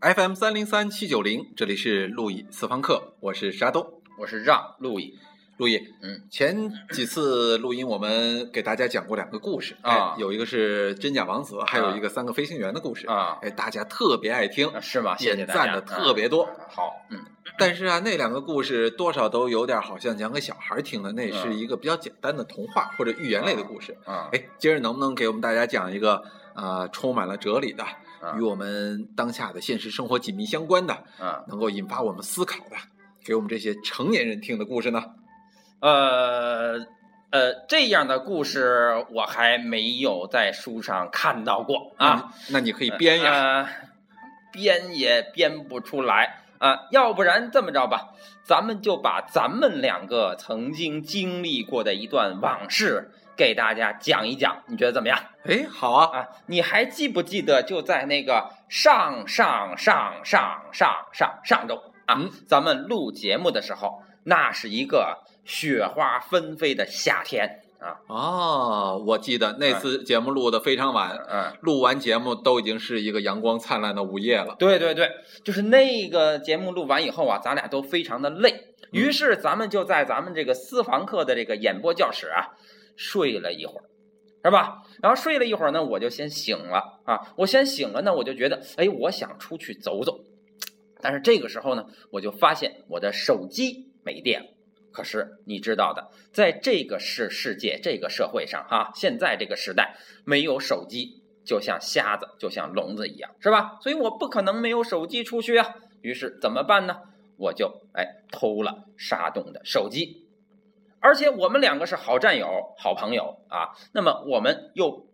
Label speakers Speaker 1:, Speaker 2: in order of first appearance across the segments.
Speaker 1: FM 三零三七九零，这里是路易私房课，我是沙东。
Speaker 2: 我是让路易，
Speaker 1: 路易，
Speaker 2: 嗯，
Speaker 1: 前几次录音我们给大家讲过两个故事
Speaker 2: 啊
Speaker 1: 哎有一个是真假王子，还有一个三个飞行员的故事
Speaker 2: 啊
Speaker 1: 哎，大家特别爱听，
Speaker 2: 是吗？谢谢
Speaker 1: 也
Speaker 2: 大家，
Speaker 1: 赞的特别多。
Speaker 2: 嗯好，嗯，
Speaker 1: 但是啊，那两个故事多少都有点好像讲给小孩听的，那是
Speaker 2: 嗯
Speaker 1: 一个比较简单的童话或者寓言类的故事。
Speaker 2: 啊，
Speaker 1: 哎，今儿能不能给我们大家讲一个呃充满了哲理的，
Speaker 2: 啊
Speaker 1: 与我们当下的现实生活紧密相关的，
Speaker 2: 嗯，
Speaker 1: 能够引发我们思考的，给我们这些成年人听的故事呢？
Speaker 2: 呃呃，这样的故事我还没有在书上看到过啊，
Speaker 1: 那你，那嗯你可以编呀。
Speaker 2: 呃编也编不出来啊。要不然这么着吧，咱们就把咱们两个曾经经历过的一段往事给大家讲一讲，你觉得怎么样？
Speaker 1: 哎，好啊，
Speaker 2: 啊，你还记不记得就在那个上上上上上上上周啊，
Speaker 1: 嗯
Speaker 2: 咱们录节目的时候，那是一个雪花纷飞的夏天啊，
Speaker 1: 哦，我记得
Speaker 2: 哎
Speaker 1: 那次节目录的非常晚，
Speaker 2: 嗯。
Speaker 1: 录完节目都已经是一个阳光灿烂的午夜了。
Speaker 2: 对对对，就是那个节目录完以后啊，咱俩都非常的累，于是咱们就在咱们这个私房课的这个演播教室啊睡了一会儿，是吧？然后睡了一会儿呢，我就先醒了啊，我先醒了呢，我就觉得哎，我想出去走走，但是这个时候呢，我就发现我的手机没电了。可是你知道的，在这个世世界、这个社会上啊，现在这个时代，没有手机就像瞎子，就像聋子一样，是吧？所以我不可能没有手机出去啊。于是怎么办呢？我就哎偷了沙东的手机，而且我们两个是好战友、好朋友啊。那么我们又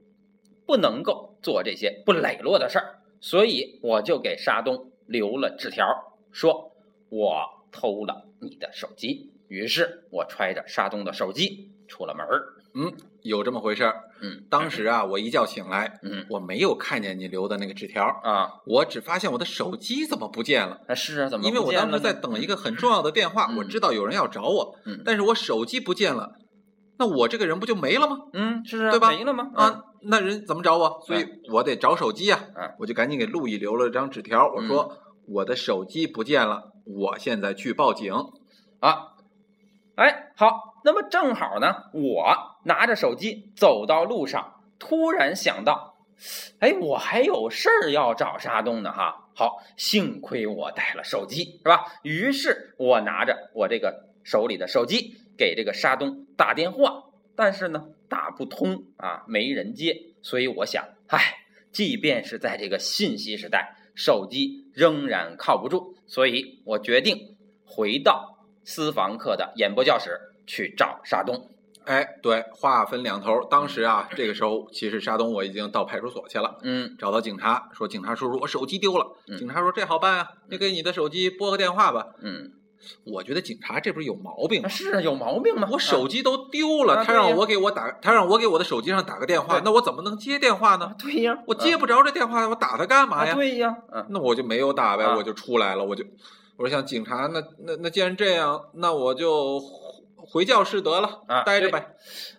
Speaker 2: 不能够做这些不磊落的事儿，所以我就给沙东留了纸条，说我偷了你的手机。于是我揣着沙东的手机出了门儿。
Speaker 1: 嗯，有这么回事儿。
Speaker 2: 嗯
Speaker 1: 当时啊，我一觉醒来，
Speaker 2: 嗯
Speaker 1: 我没有看见你留的那个纸条，
Speaker 2: 啊，
Speaker 1: 我只发现我的手机怎么不见了。
Speaker 2: 那是啊，怎么
Speaker 1: 因为我当时在等一
Speaker 2: 个
Speaker 1: 个很重要的电话，
Speaker 2: 嗯
Speaker 1: 我知道有人要找我，
Speaker 2: 嗯
Speaker 1: 但是我手机不见了，那我这个人不就没了吗？
Speaker 2: 嗯是啊，
Speaker 1: 对吧
Speaker 2: 没了吗？
Speaker 1: 啊，那人怎么找我？所以我得找手机呀、
Speaker 2: 嗯
Speaker 1: 我就赶紧给陆毅留了张纸条，我说、我的手机不见了，我现在去报警。
Speaker 2: 啊，哎，好，那么正好呢，我拿着手机走到路上，突然想到，哎，我还有事儿要找沙东呢，哈，好，幸亏我带了手机，是吧？于是我拿着我这个手里的手机给这个沙东打电话，但是呢，打不通啊，没人接，所以我想，哎，即便是在这个信息时代，手机仍然靠不住，所以我决定回到私房课的演播教室去找沙东。
Speaker 1: 哎，对，话分两头。当时啊，这个时候其实沙东我已经到派出所去了，
Speaker 2: 嗯
Speaker 1: 找到警察，说警察叔叔，我手机丢了。
Speaker 2: 嗯
Speaker 1: 警察说这好办啊，就给你的手机拨个电话吧。
Speaker 2: 嗯，
Speaker 1: 我觉得警察这不是有毛病吗？
Speaker 2: 是啊有毛病吗？
Speaker 1: 我手机都丢
Speaker 2: 啊
Speaker 1: 了，
Speaker 2: 对
Speaker 1: 他
Speaker 2: 呀
Speaker 1: 让我给我打，他让我给我的手机上打个电话，
Speaker 2: 对
Speaker 1: 那我怎么能接电话
Speaker 2: 啊
Speaker 1: 呢？
Speaker 2: 对呀，
Speaker 1: 我接
Speaker 2: 啊
Speaker 1: 不着这电话，我打他干嘛
Speaker 2: 啊
Speaker 1: 呀？
Speaker 2: 对呀，嗯
Speaker 1: 那我就没有打呗，
Speaker 2: 啊
Speaker 1: 我就出来了，我就我说想警察，那那那既然这样，那我就回回教室得了，
Speaker 2: 啊
Speaker 1: 待着呗。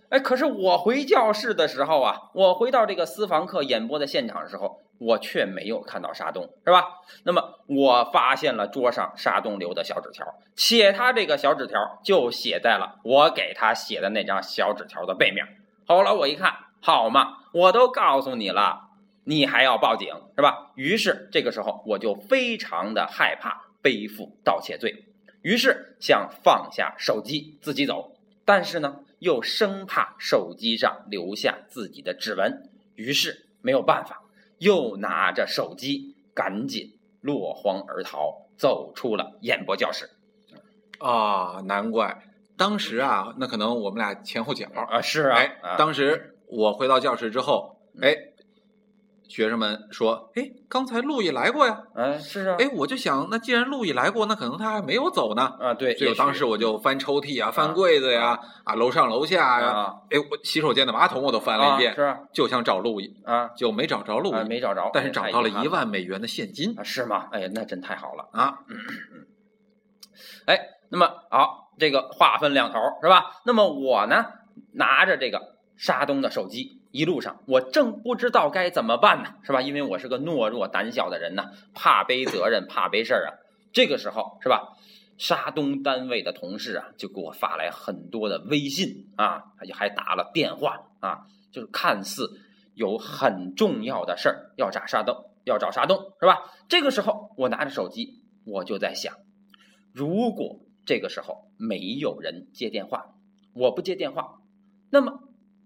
Speaker 2: 哎，可是我回教室的时候啊，我回到这个私房课演播的现场的时候，我却没有看到沙东，是吧？那么我发现了桌上沙东留的小纸条，且他这个小纸条就写在了我给他写的那张小纸条的背面。后来我一看，好嘛，我都告诉你了，你还要报警，是吧？于是这个时候我就非常的害怕背负盗窃罪，于是想放下手机自己走，但是呢，又生怕手机上留下自己的指纹，于是没有办法，又拿着手机赶紧落荒而逃，走出了演播教室。
Speaker 1: 啊，难怪当时啊，那可能我们俩前后脚。
Speaker 2: 啊，是啊，
Speaker 1: 哎，
Speaker 2: 啊
Speaker 1: 当时我回到教室之后，
Speaker 2: 嗯
Speaker 1: 哎，学生们说，哎，刚才陆毅来过呀，
Speaker 2: 哎是啊，
Speaker 1: 哎，我就想，那既然陆毅来过，那可能他还没有走呢。
Speaker 2: 啊对，
Speaker 1: 所以
Speaker 2: 也
Speaker 1: 我当
Speaker 2: 许
Speaker 1: 时我就翻抽屉啊，翻柜子呀，啊，楼上楼下呀，
Speaker 2: 啊
Speaker 1: 哎，我洗手间的马桶我都翻了一遍
Speaker 2: 啊，是啊
Speaker 1: 就想找陆毅，
Speaker 2: 啊
Speaker 1: 就没找着陆
Speaker 2: 啊
Speaker 1: 毅，
Speaker 2: 没找着，
Speaker 1: 但是
Speaker 2: 哎
Speaker 1: 找
Speaker 2: 太
Speaker 1: 到
Speaker 2: 遗
Speaker 1: 了
Speaker 2: 憾
Speaker 1: 一万美元的现金
Speaker 2: 啊，是吗？哎呀，那真太好了。
Speaker 1: 啊！
Speaker 2: 哎，那么好，这个话分两头儿是吧？那么我呢，拿着这个沙东的手机一路上，我正不知道该怎么办呢，是吧？因为我是个懦弱、胆小的人呢，怕背责任，怕背事儿啊。这个时候，是吧？沙东单位的同事啊，就给我发来很多的微信啊，还还打了电话啊，就是看似有很重要的事儿要找沙东，要找沙东，是吧？这个时候，我拿着手机，我就在想，如果这个时候没有人接电话，我不接电话，那么。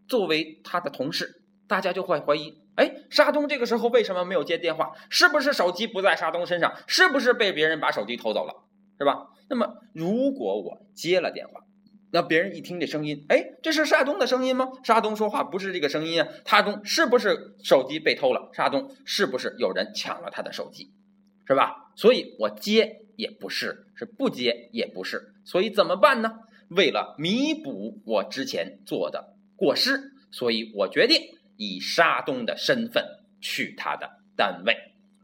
Speaker 2: 作为他的同事，大家就会怀疑：哎，沙东这个时候为什么没有接电话？是不是手机不在沙东身上？是不是被别人把手机偷走了？是吧？那么，如果我接了电话，那别人一听这声音，哎，这是沙东的声音吗？沙东说话不是这个声音啊！沙东是不是手机被偷了？沙东是不是有人抢了他的手机？是吧？所以我接也不是，是不接也不是，所以怎么办呢？为了弥补我之前做的。过失，所以我决定以沙东的身份去他的单位。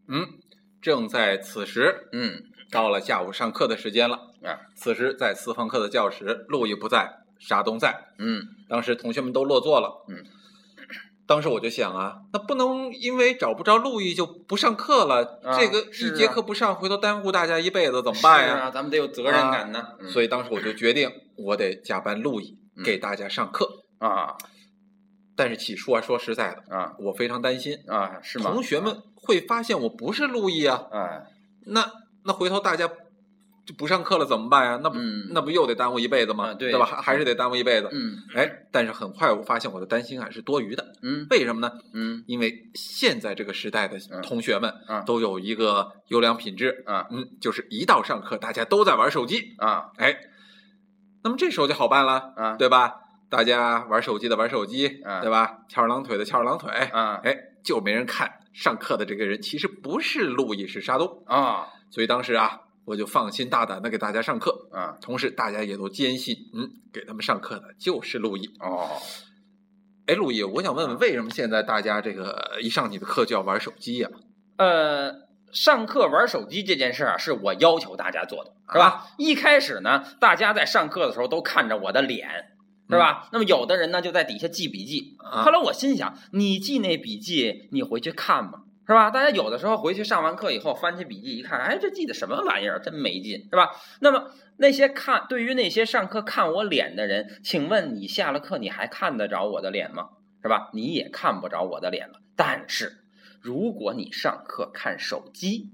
Speaker 1: 嗯，正在此时，
Speaker 2: 嗯，
Speaker 1: 到了下午上课的时间了。
Speaker 2: 啊，
Speaker 1: 此时在私房课的教室，陆毅不在，沙东在。
Speaker 2: 嗯，
Speaker 1: 当时同学们都落座了。
Speaker 2: 嗯，
Speaker 1: 当时我就想啊，那不能因为找不着陆毅就不上课了，
Speaker 2: 啊
Speaker 1: 这个
Speaker 2: 是
Speaker 1: 一
Speaker 2: 啊
Speaker 1: 节课不上，回头耽误大家一辈子怎么办
Speaker 2: 是
Speaker 1: 呀？啊
Speaker 2: 啊，咱们得有责任感呢。嗯
Speaker 1: 所以当时我就决定，我得假扮陆毅
Speaker 2: 嗯
Speaker 1: 给大家上课。
Speaker 2: 啊
Speaker 1: 但是起初啊，说实在的，
Speaker 2: 啊
Speaker 1: 我非常担心，
Speaker 2: 啊，是吗？
Speaker 1: 同学们会发现我不是陆毅啊，
Speaker 2: 啊，
Speaker 1: 那那回头大家就不上课了怎么办呀？那不、
Speaker 2: 嗯
Speaker 1: 那不又得耽误一辈子吗？
Speaker 2: 啊对
Speaker 1: 吧？还还是得耽误一辈子。
Speaker 2: 嗯
Speaker 1: 哎，但是很快我发现我的担心啊是多余的，
Speaker 2: 嗯
Speaker 1: 为什么呢？
Speaker 2: 嗯
Speaker 1: 因为现在这个时代的
Speaker 2: 嗯
Speaker 1: 同学们
Speaker 2: 啊
Speaker 1: 都有一个优良品质，
Speaker 2: 啊
Speaker 1: 嗯，就是一到上课大家都在玩手机，
Speaker 2: 啊
Speaker 1: 哎，那么这时候就好办了，
Speaker 2: 啊
Speaker 1: 对吧？大家玩手机的玩手机，
Speaker 2: 啊
Speaker 1: 对吧？翘二郎腿的翘二郎腿，
Speaker 2: 啊
Speaker 1: 哎，就没人看上课的这个人其实不是路易，是沙东。
Speaker 2: 啊
Speaker 1: 所以当时啊，我就放心大胆的给大家上课，
Speaker 2: 啊
Speaker 1: 同时大家也都坚信，嗯，给他们上课的就是陆毅。
Speaker 2: 哦，
Speaker 1: 哎，陆毅，我想问问，为什么现在大家这个一上你的课就要玩手机呀、
Speaker 2: 呃。上课玩手机这件事儿啊，是我要求大家做的，是吧？一开始呢，大家在上课的时候都看着我的脸，是吧？那么有的人呢，就在底下记笔记，
Speaker 1: 啊？
Speaker 2: 后来我心想，你记那笔记，你回去看嘛，是吧？大家有的时候回去上完课以后，翻起笔记一看，哎，这记的什么玩意儿，真没劲，是吧？那么那些看，对于那些上课看我脸的人，请问你下了课你还看得着我的脸吗？是吧？你也看不着我的脸了。但是如果你上课看手机，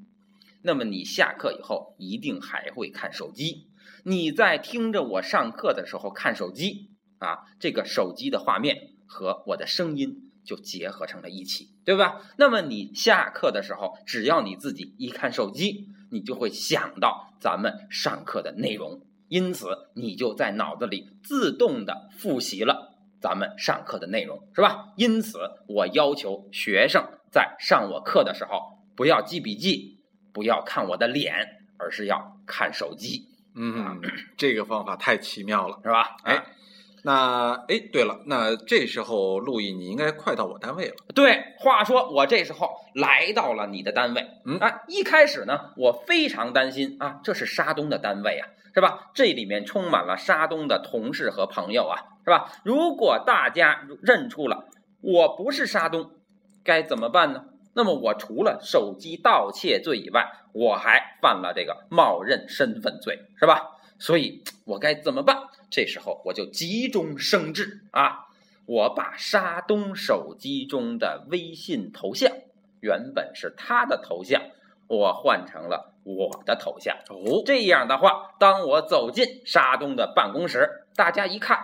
Speaker 2: 那么你下课以后一定还会看手机。你在听着我上课的时候看手机，啊，这个手机的画面和我的声音就结合成了一起，对吧？那么你下课的时候，只要你自己一看手机，你就会想到咱们上课的内容，因此你就在脑子里自动的复习了。咱们上课的内容是吧？因此，我要求学生在上我课的时候，不要记笔记，不要看我的脸，而是要看手机，
Speaker 1: 嗯，这个方法太奇妙了。
Speaker 2: 是吧？
Speaker 1: 哎，那哎，对了，那这时候陆毅，你应该快到我单位了。
Speaker 2: 对，话说我这时候来到了你的单位，
Speaker 1: 嗯
Speaker 2: 啊，一开始呢，我非常担心啊，这是沙东的单位啊，是吧？这里面充满了沙东的同事和朋友啊，是吧？如果大家认出了我不是沙东，该怎么办呢？那么我除了手机盗窃罪以外，我还犯了这个冒认身份罪，是吧？所以我该怎么办？这时候我就急中生智啊，我把沙东手机中的微信头像，原本是他的头像，我换成了我的头像。
Speaker 1: 哦，
Speaker 2: 这样的话，当我走进沙东的办公室，大家一看，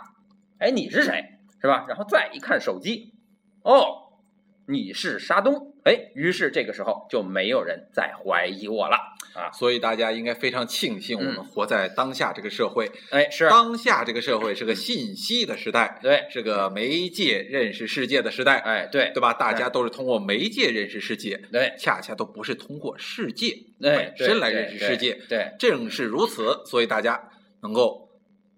Speaker 2: 哎，你是谁，是吧？然后再一看手机，哦，你是沙东，哎，于是这个时候就没有人再怀疑我了。
Speaker 1: 所以大家应该非常庆幸我们
Speaker 2: 嗯
Speaker 1: 活在当下这个社会。
Speaker 2: 哎，是
Speaker 1: 当下这个社会是个信息的时代，
Speaker 2: 对，
Speaker 1: 是个媒介认识世界的时代。
Speaker 2: 哎，对，
Speaker 1: 对吧？大家都是通过媒介认识世界，
Speaker 2: 对，
Speaker 1: 恰恰都不是通过世界
Speaker 2: 哎
Speaker 1: 本，身来认识世界。
Speaker 2: 对，对，
Speaker 1: 正是如此，所以大家能够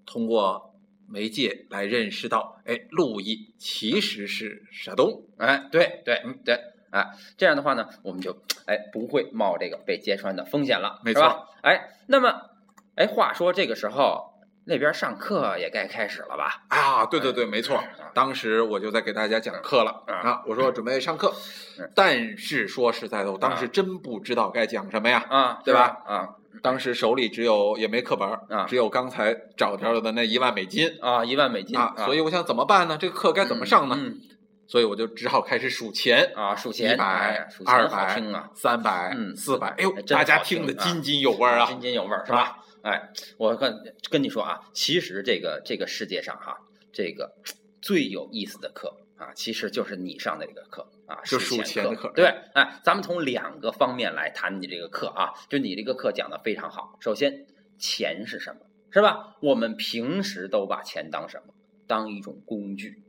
Speaker 1: 通过媒介来认识到，哎，陆毅其实是沙东。
Speaker 2: 哎，对对嗯对，哎，这样的话呢，我们就哎不会冒这个被揭穿的风险了，
Speaker 1: 没
Speaker 2: 是吧？哎，那么哎，话说这个时候，那边上课也该开始了吧？
Speaker 1: 啊，对对对，没错
Speaker 2: 嗯。
Speaker 1: 当时我就在给大家讲课了
Speaker 2: 嗯
Speaker 1: 啊，我说准备上课
Speaker 2: 嗯，
Speaker 1: 但是说实在的，我当时真不知道该讲什么呀。
Speaker 2: 啊，
Speaker 1: 对吧？
Speaker 2: 啊
Speaker 1: 当时手里只有也没课本儿
Speaker 2: 啊
Speaker 1: 只有刚才找着的那一万美金
Speaker 2: 啊，一万美金
Speaker 1: 啊，所以我想怎么办呢？这个课该怎么上呢？
Speaker 2: 嗯
Speaker 1: 所以我就只好开始数钱，
Speaker 2: 啊，数
Speaker 1: 一
Speaker 2: 钱，
Speaker 1: 百
Speaker 2: 哎、数、钱
Speaker 1: 二
Speaker 2: 好
Speaker 1: 百
Speaker 2: 听啊、，
Speaker 1: 三百
Speaker 2: 嗯、
Speaker 1: 四百，哎呦
Speaker 2: 哎，真
Speaker 1: 大家
Speaker 2: 好听
Speaker 1: 听得
Speaker 2: 啊
Speaker 1: 津津有味儿啊
Speaker 2: 津！津有味儿是吧？哎，我跟跟你说啊，其实这个这个世界上哈、这个最有意思的课啊，其实就是你上的这个课啊，
Speaker 1: 就数
Speaker 2: 数
Speaker 1: 钱的
Speaker 2: 课
Speaker 1: 课。
Speaker 2: 对，哎，咱们从两个方面来谈你这个课啊，就你这个课讲的非常好。首先，钱是什么，是吧？我们平时都把钱当什么？当一种工具，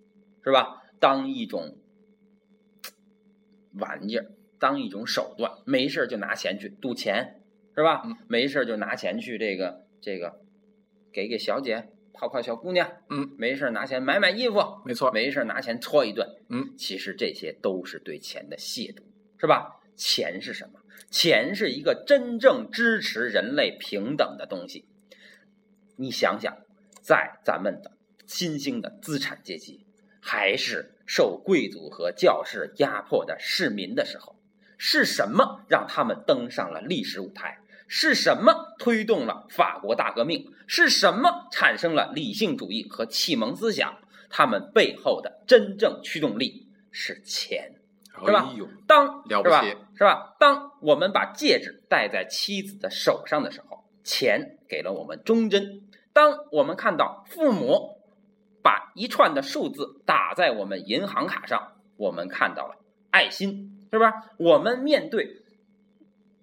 Speaker 2: 是吧？当一种玩意儿，当一种手段，没事儿就拿钱去赌钱，是吧？
Speaker 1: 嗯
Speaker 2: 没事儿就拿钱去这个这个给给小姐泡泡小姑娘，
Speaker 1: 嗯，
Speaker 2: 没事儿拿钱买买衣服，
Speaker 1: 没错，
Speaker 2: 没事儿拿钱搓一顿，
Speaker 1: 嗯，
Speaker 2: 其实这些都是对钱的亵渎，是吧？钱是什么？钱是一个真正支持人类平等的东西。你想想，在咱们的新兴的资产阶级，还是受贵族和教士压迫的市民的时候，是什么让他们登上了历史舞台？是什么推动了法国大革命？是什么产生了理性主义和启蒙思想？他们背后的真正驱动力是钱。是吧
Speaker 1: 哎呦，
Speaker 2: 当
Speaker 1: 了不
Speaker 2: 是吧
Speaker 1: 起
Speaker 2: 是吧？当我们把戒指戴在妻子的手上的时候，钱给了我们忠贞；当我们看到父母把一串的数字打在我们银行卡上，我们看到了爱心，是吧？我们面对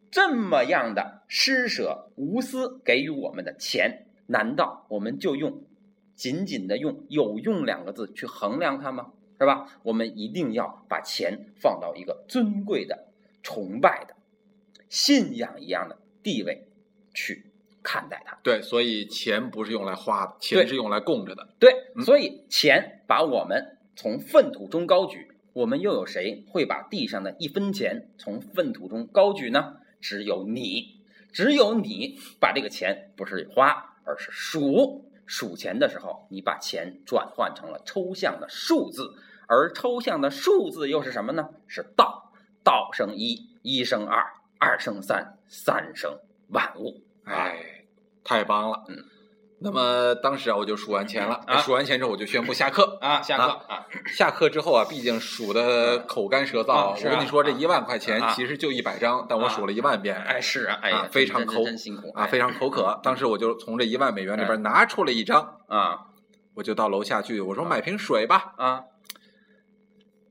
Speaker 2: 这么样的施舍、无私给予我们的钱，难道我们就用仅仅的用“有用”两个字去衡量它吗？是吧？我们一定要把钱放到一个尊贵的、崇拜的、信仰一样的地位去看待它。
Speaker 1: 对，所以钱不是用来花的，钱
Speaker 2: 对
Speaker 1: 是用来供着的。
Speaker 2: 对，
Speaker 1: 嗯
Speaker 2: 所以钱把我们从粪土中高举，我们又有谁会把地上的一分钱从粪土中高举呢？只有你，只有你把这个钱不是花，而是数。数钱的时候，你把钱转换成了抽象的数字，而抽象的数字又是什么呢？是道，道生一，一生二，二生三，三生万物。
Speaker 1: 哎，太棒了。
Speaker 2: 啊嗯。
Speaker 1: 那么当时啊，我就数完钱了。
Speaker 2: 啊
Speaker 1: 数完钱之后，我就宣布下课。
Speaker 2: 啊，下
Speaker 1: 课
Speaker 2: 啊，
Speaker 1: 下课之后啊，毕竟数的口干舌燥。
Speaker 2: 啊
Speaker 1: 我
Speaker 2: 是啊
Speaker 1: 跟你说，这
Speaker 2: 啊
Speaker 1: 一万块钱
Speaker 2: 啊
Speaker 1: 其实就一百张，但我
Speaker 2: 啊
Speaker 1: 数了一万遍。
Speaker 2: 哎是啊，哎呀
Speaker 1: 啊，非常
Speaker 2: 真真
Speaker 1: 抠
Speaker 2: 真辛苦
Speaker 1: 啊，
Speaker 2: 哎
Speaker 1: 非常口渴。当时我就从这一万美元里边拿出了一张，
Speaker 2: 啊
Speaker 1: 我就到楼下去，我说买瓶水吧。
Speaker 2: 啊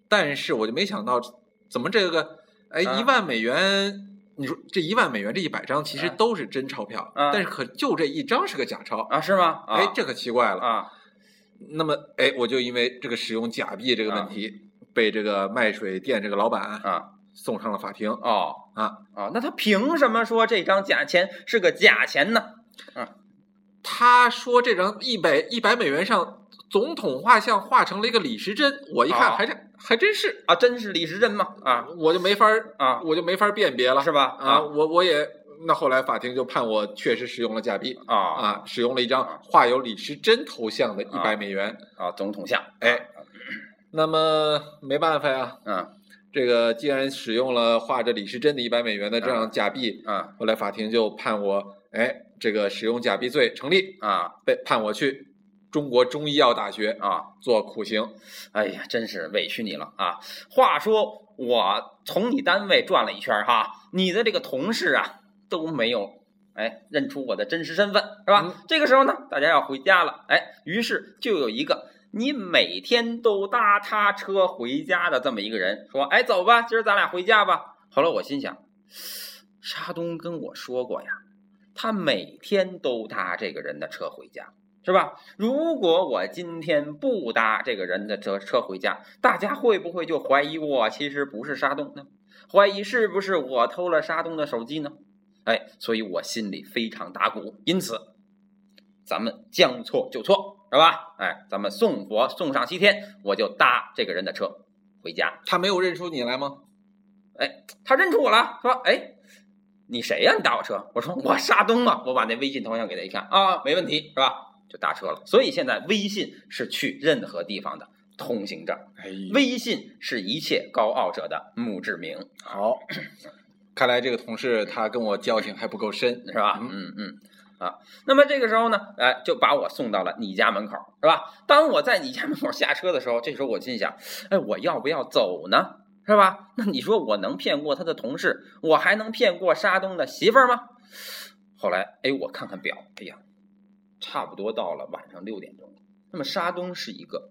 Speaker 1: 但是我就没想到，怎么这个哎
Speaker 2: 啊
Speaker 1: 一万美元。你说这一万美元这一百张其实
Speaker 2: 啊
Speaker 1: 都是真钞票，
Speaker 2: 啊
Speaker 1: 但是可就这一张是个假钞，
Speaker 2: 啊，是吗？啊
Speaker 1: 哎，这可奇怪了。
Speaker 2: 啊
Speaker 1: 那么，哎，我就因为这个使用假币这个问题，被这个卖水店这个老板
Speaker 2: 啊
Speaker 1: 送上了法庭。
Speaker 2: 哦
Speaker 1: 啊
Speaker 2: 啊，那他凭什么说这张假钱是个假钱呢？
Speaker 1: 他说这张一百一百美元上总统画像画成了一个李时珍，我一看
Speaker 2: 啊
Speaker 1: 还真、还真是，
Speaker 2: 啊，真是李时珍吗？啊
Speaker 1: 我就没法儿
Speaker 2: 啊，
Speaker 1: 我就没法儿辨别了
Speaker 2: 是吧？
Speaker 1: 啊！我我也那后来法庭就判我确实使用了假币
Speaker 2: 啊啊
Speaker 1: 啊，使用了一张
Speaker 2: 啊
Speaker 1: 画有李时珍头像的一百美元。
Speaker 2: 啊，总统像，
Speaker 1: 哎，那么没办法呀，
Speaker 2: 嗯
Speaker 1: 这个既然使用了画着李时珍的一百美元的这样假币。
Speaker 2: 嗯
Speaker 1: 后来法庭就判我，哎，这个使用假币罪成立，
Speaker 2: 啊
Speaker 1: 被判我去中国中医药大学
Speaker 2: 啊，
Speaker 1: 做苦刑。
Speaker 2: 哎呀，真是委屈你了啊！话说我从你单位转了一圈儿哈，你的这个同事啊都没有。哎，认出我的真实身份是吧？
Speaker 1: 嗯
Speaker 2: 这个时候呢，大家要回家了，哎，于是就有一个你每天都搭他车回家的这么一个人说：“哎，走吧，今儿咱俩回家吧。”后来我心想，沙东跟我说过呀，他每天都搭这个人的车回家，是吧？如果我今天不搭这个人的车车回家，大家会不会就怀疑我其实不是沙东呢？怀疑是不是我偷了沙东的手机呢？哎，所以我心里非常打鼓，因此咱们将错就错，是吧？哎，咱们送佛送上西天，我就搭这个人的车回家。
Speaker 1: 他没有认出你来吗？
Speaker 2: 他认出我了，说：“哎，你谁呀、你打我车？”我说：“我沙东嘛。”我把那微信头像给他一看啊，没问题是吧？就搭车了。所以现在微信是去任何地方的通行证，
Speaker 1: 哎，
Speaker 2: 微信是一切高傲者的墓志铭，
Speaker 1: 好， 看来这个同事他跟我交情还不够深，
Speaker 2: 是吧？
Speaker 1: 嗯
Speaker 2: 嗯嗯。啊，那么这个时候呢，哎，就把我送到了你家门口，是吧？当我在你家门口下车的时候，这时候我心想，哎，我要不要走呢？是吧？那你说我能骗过他的同事，我还能骗过沙东的媳妇儿吗？后来，哎，我看看表，哎呀，差不多到了晚上六点钟了。那么沙东是一个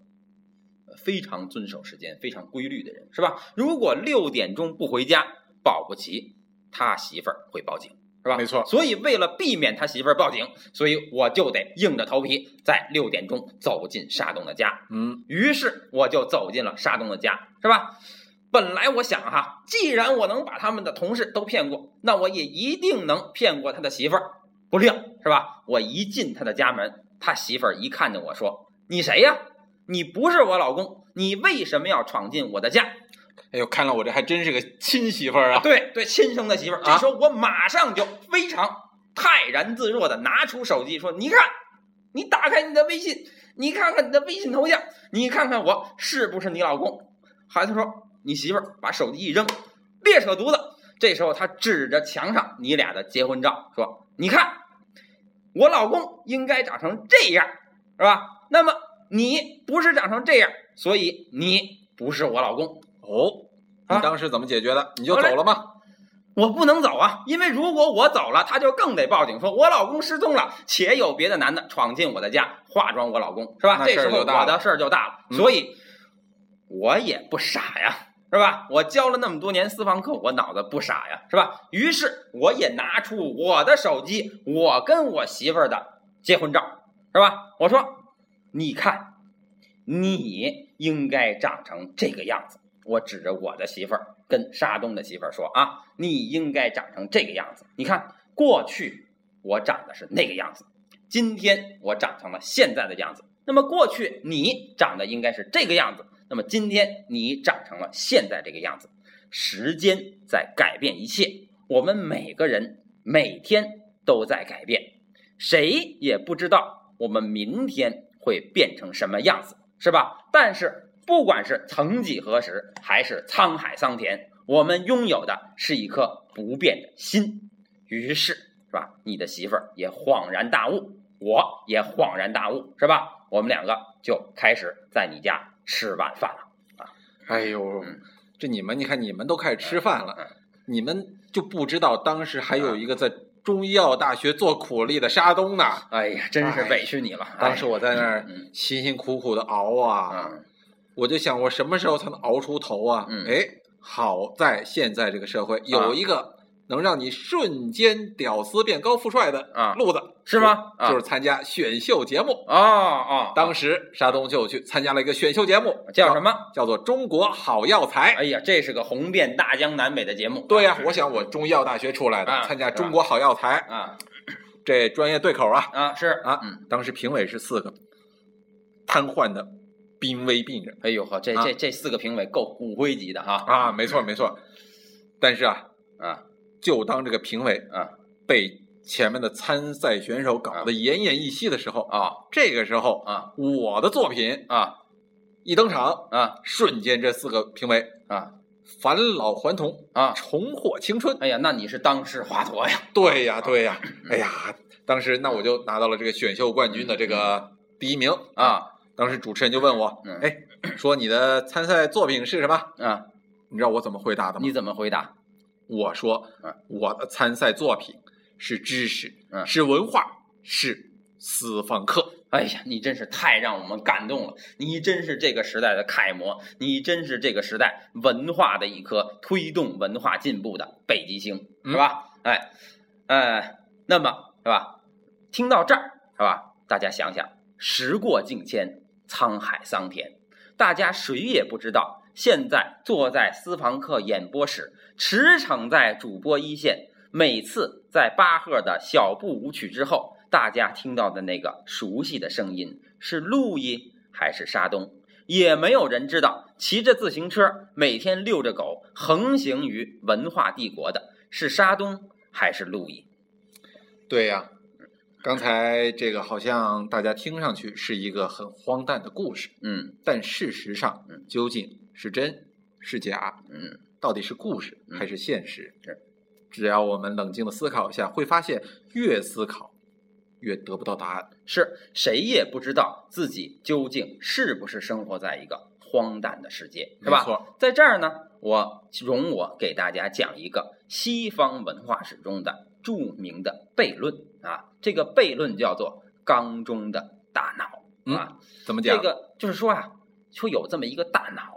Speaker 2: 呃非常遵守时间、非常规律的人，是吧？如果六点钟不回家，保不齐他媳妇儿会报警，是吧？
Speaker 1: 没错
Speaker 2: 所以为了避免他媳妇儿报警，所以我就得硬着头皮在六点钟走进沙东的家。
Speaker 1: 嗯，
Speaker 2: 于是我就走进了沙东的家，是吧？本来我想哈，既然我能把他们的同事都骗过，那我也一定能骗过他的媳妇儿。不料是吧？我一进他的家门，他媳妇儿一看见我说：“你谁呀？你不是我老公，你为什么要闯进我的家
Speaker 1: 哎呦，看来我这还真是个亲媳妇儿？”啊，
Speaker 2: 对对，亲生的媳妇儿。这
Speaker 1: 啊
Speaker 2: 时候我马上就非常泰然自若的拿出手机说：“你看，你打开你的微信，你看看你的微信头像，你看看我是不是你老公？”孩子说：“你媳妇儿把手机一扔，别扯犊子。”这时候他指着墙上你俩的结婚照说：“你看，我老公应该长成这样，是吧？那么你不是长成这样，所以你不是我老公。”
Speaker 1: 哦，
Speaker 2: 啊
Speaker 1: 你当时怎么解决的？你就
Speaker 2: 后来
Speaker 1: 走了吗？
Speaker 2: 我不能走啊，因为如果我走了，他就更得报警，说我老公失踪了，且有别的男的闯进我的家，化妆我老公，是吧？
Speaker 1: 那
Speaker 2: 这
Speaker 1: 事儿
Speaker 2: 时候
Speaker 1: 就大
Speaker 2: 我的事儿就大了，
Speaker 1: 嗯
Speaker 2: 所以我也不傻呀，是吧？我教了那么多年私房课，我脑子不傻呀，是吧？于是我也拿出我的手机，我跟我媳妇儿的结婚照，是吧？我说，你看，你应该长成这个样子。我指着我的媳妇儿跟沙东的媳妇儿说啊，你应该长成这个样子。你看，过去我长的是那个样子，今天我长成了现在的样子。那么过去你长得应该是这个样子，那么今天你长成了现在这个样子。时间在改变一切，我们每个人每天都在改变，谁也不知道我们明天会变成什么样子，是吧？但是不管是曾几何时，还是沧海桑田，我们拥有的是一颗不变的心。于是，是吧？你的媳妇儿也恍然大悟，我也恍然大悟，是吧？我们两个就开始在你家吃晚饭了。
Speaker 1: 哎呦
Speaker 2: 嗯，
Speaker 1: 这你们，你看你们都开始吃饭了
Speaker 2: 嗯，
Speaker 1: 你们就不知道当时还有一个在中医药大学做苦力的沙东呢。
Speaker 2: 哎呀，真是
Speaker 1: 哎
Speaker 2: 委屈你了。
Speaker 1: 当时我在那儿
Speaker 2: 嗯
Speaker 1: 辛辛苦苦的熬啊，
Speaker 2: 嗯
Speaker 1: 我就想我什么时候才能熬出头啊
Speaker 2: 嗯？
Speaker 1: 哎，好在现在这个社会有一个能让你瞬间屌丝变高富帅的
Speaker 2: 啊，
Speaker 1: 路子，
Speaker 2: 是吗？啊
Speaker 1: 就是参加选秀节目。
Speaker 2: 哦哦，
Speaker 1: 当时沙东就去参加了一个选秀节目，
Speaker 2: 叫什？么？
Speaker 1: 叫做《中国好药材》。
Speaker 2: 哎呀，这是个红遍大江南北的节目。
Speaker 1: 对呀、我想我中医药大学出来的，
Speaker 2: 啊
Speaker 1: 参加中国好药材
Speaker 2: 啊
Speaker 1: 这专业对口啊
Speaker 2: 啊是，
Speaker 1: 啊！
Speaker 2: 嗯
Speaker 1: 当时评委是四个瘫痪的濒危病人
Speaker 2: 哎呦呵，这
Speaker 1: 啊
Speaker 2: 这这四个评委够骨灰级的哈
Speaker 1: 啊，没错没错。但是啊，
Speaker 2: 啊
Speaker 1: 就当这个评委
Speaker 2: 啊
Speaker 1: 被前面的参赛选手搞得奄奄一息的时候，
Speaker 2: 啊
Speaker 1: 这个时候
Speaker 2: 啊
Speaker 1: 我的作品
Speaker 2: 啊
Speaker 1: 一登场，
Speaker 2: 啊
Speaker 1: 瞬间这四个评委
Speaker 2: 啊
Speaker 1: 返老还童，
Speaker 2: 啊！
Speaker 1: 重获青春。
Speaker 2: 哎呀，那你是当世华佗呀？
Speaker 1: 对呀，对呀，
Speaker 2: 嗯
Speaker 1: 哎呀，当时那我就拿到了这个选秀冠军的这个第一名啊。
Speaker 2: 啊
Speaker 1: 当时主持人就问我
Speaker 2: 嗯，
Speaker 1: 哎，说你的参赛作品是什么？
Speaker 2: 啊！
Speaker 1: 你知道我怎么回答的吗
Speaker 2: 你？怎么回答？
Speaker 1: 我说
Speaker 2: 嗯，
Speaker 1: 我的参赛作品是知识，
Speaker 2: 嗯
Speaker 1: 是文化，是私房课。
Speaker 2: 哎呀，你真是太让我们感动了！你真是这个时代的楷模，你真是这个时代文化的一颗推动文化进步的北极星，
Speaker 1: 嗯
Speaker 2: 是吧？哎，呃，那么是吧？听到这儿是吧？大家想想，时过境迁，沧海桑田，大家谁也不知道，现在坐在私房课演播室，驰骋在主播一线，每次在巴赫的小步舞曲之后，大家听到的那个熟悉的声音是路易还是沙东？也没有人知道，骑着自行车，每天遛着狗，横行于文化帝国的是沙东还是路易？
Speaker 1: 对呀，刚才这个好像大家听上去是一个很荒诞的故事，
Speaker 2: 嗯
Speaker 1: 但事实上
Speaker 2: 嗯
Speaker 1: 究竟是真是假，
Speaker 2: 嗯，
Speaker 1: 到底是故事
Speaker 2: 嗯
Speaker 1: 还是现实？
Speaker 2: 是
Speaker 1: 只要我们冷静的思考一下，会发现越思考越得不到答案。
Speaker 2: 是谁也不知道自己究竟是不是生活在一个荒诞的世界，是吧
Speaker 1: 没？错，
Speaker 2: 在这儿呢，我容我给大家讲一个西方文化史中的著名的悖论啊，这个悖论叫做缸中的大脑啊，
Speaker 1: 怎么讲？
Speaker 2: 这个就是说啊，说有这么一个大脑，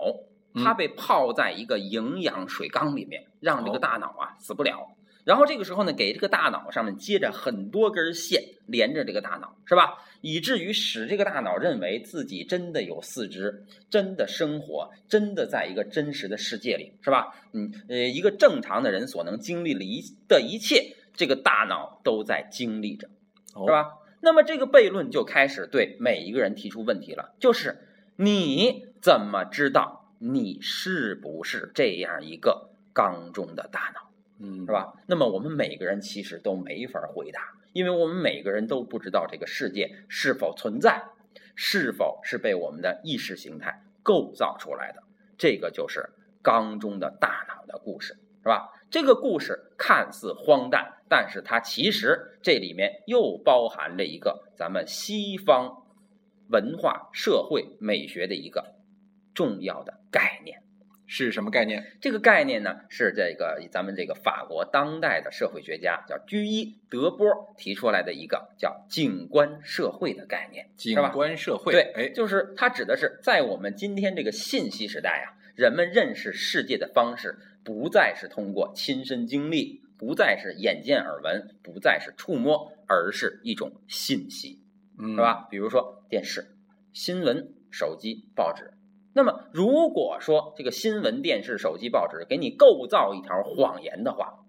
Speaker 1: 嗯
Speaker 2: 它被泡在一个营养水缸里面，让这个
Speaker 1: 哦
Speaker 2: 大脑啊死不了。然后这个时候呢，给这个大脑上面接着很多根线连着这个大脑，是吧？以至于使这个大脑认为自己真的有四肢，真的生活，真的在一个真实的世界里，是吧？嗯，呃，一个正常的人所能经历的一的一切，这个大脑都在经历着。
Speaker 1: 哦
Speaker 2: 是？吧？那么这个悖论就开始对每一个人提出问题了，就是你怎么知道你是不是这样一个缸中的大脑，
Speaker 1: 嗯，
Speaker 2: 是？吧？那么我们每个人其实都没法回答，因为我们每个人都不知道这个世界是否存在，是否是被我们的意识形态构造出来的。这个就是缸中的大脑的故事，是吧？这个故事看似荒诞，但是它其实这里面又包含着一个咱们西方文化、社会美学的一个重要的概念。
Speaker 1: 是什么概念？
Speaker 2: 这个概念呢，是这个咱们这个法国当代的社会学家叫居伊德波提出来的一个叫“景观社会”的概念。
Speaker 1: 景
Speaker 2: 吧
Speaker 1: 观社会。
Speaker 2: 对，
Speaker 1: 哎，
Speaker 2: 就是它指的是在我们今天这个信息时代啊，人们认识世界的方式不再是通过亲身经历，不再是眼见耳闻，不再是触摸，而是一种信息。
Speaker 1: 嗯，
Speaker 2: 是？吧？比如说电视、新闻、手机、报纸。那么，如果说这个新闻、电视、手机、报纸给你构造一条谎言的话，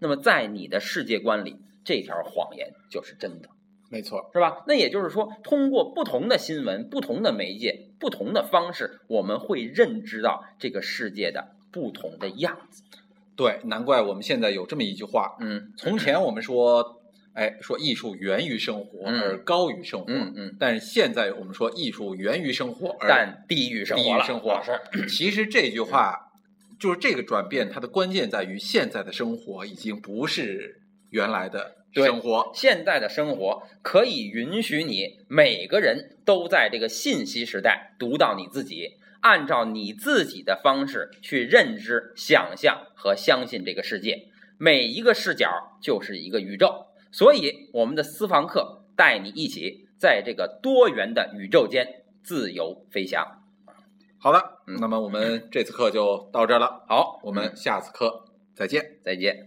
Speaker 2: 那么在你的世界观里，这条谎言就是真的，
Speaker 1: 嗯没错，
Speaker 2: 是吧？那也就是说，通过不同的新闻、不同的媒介、不同的方式，我们会认知到这个世界的不同的样子。
Speaker 1: 对，难怪我们现在有这么一句话。
Speaker 2: 嗯
Speaker 1: 从前我们说，哎，说艺术源于生活，
Speaker 2: 嗯
Speaker 1: 而高于生活。
Speaker 2: 嗯嗯，
Speaker 1: 但是现在我们说艺术源于生活，而
Speaker 2: 但地狱生活了，啊
Speaker 1: 地狱生活
Speaker 2: 老师
Speaker 1: 其实这句话就是这个转变，它的关键在于现在的生活已经不是原来的生活。
Speaker 2: 现在的生活可以允许你每个人都在这个信息时代读到你自己，按照你自己的方式去认知、想象和相信这个世界。每一个视角就是一个宇宙，所以我们的私房课带你一起在这个多元的宇宙间自由飞翔。
Speaker 1: 好的，
Speaker 2: 嗯
Speaker 1: 那么我们这次课就到这儿了，
Speaker 2: 好，
Speaker 1: 我们下次课再见。
Speaker 2: 再见。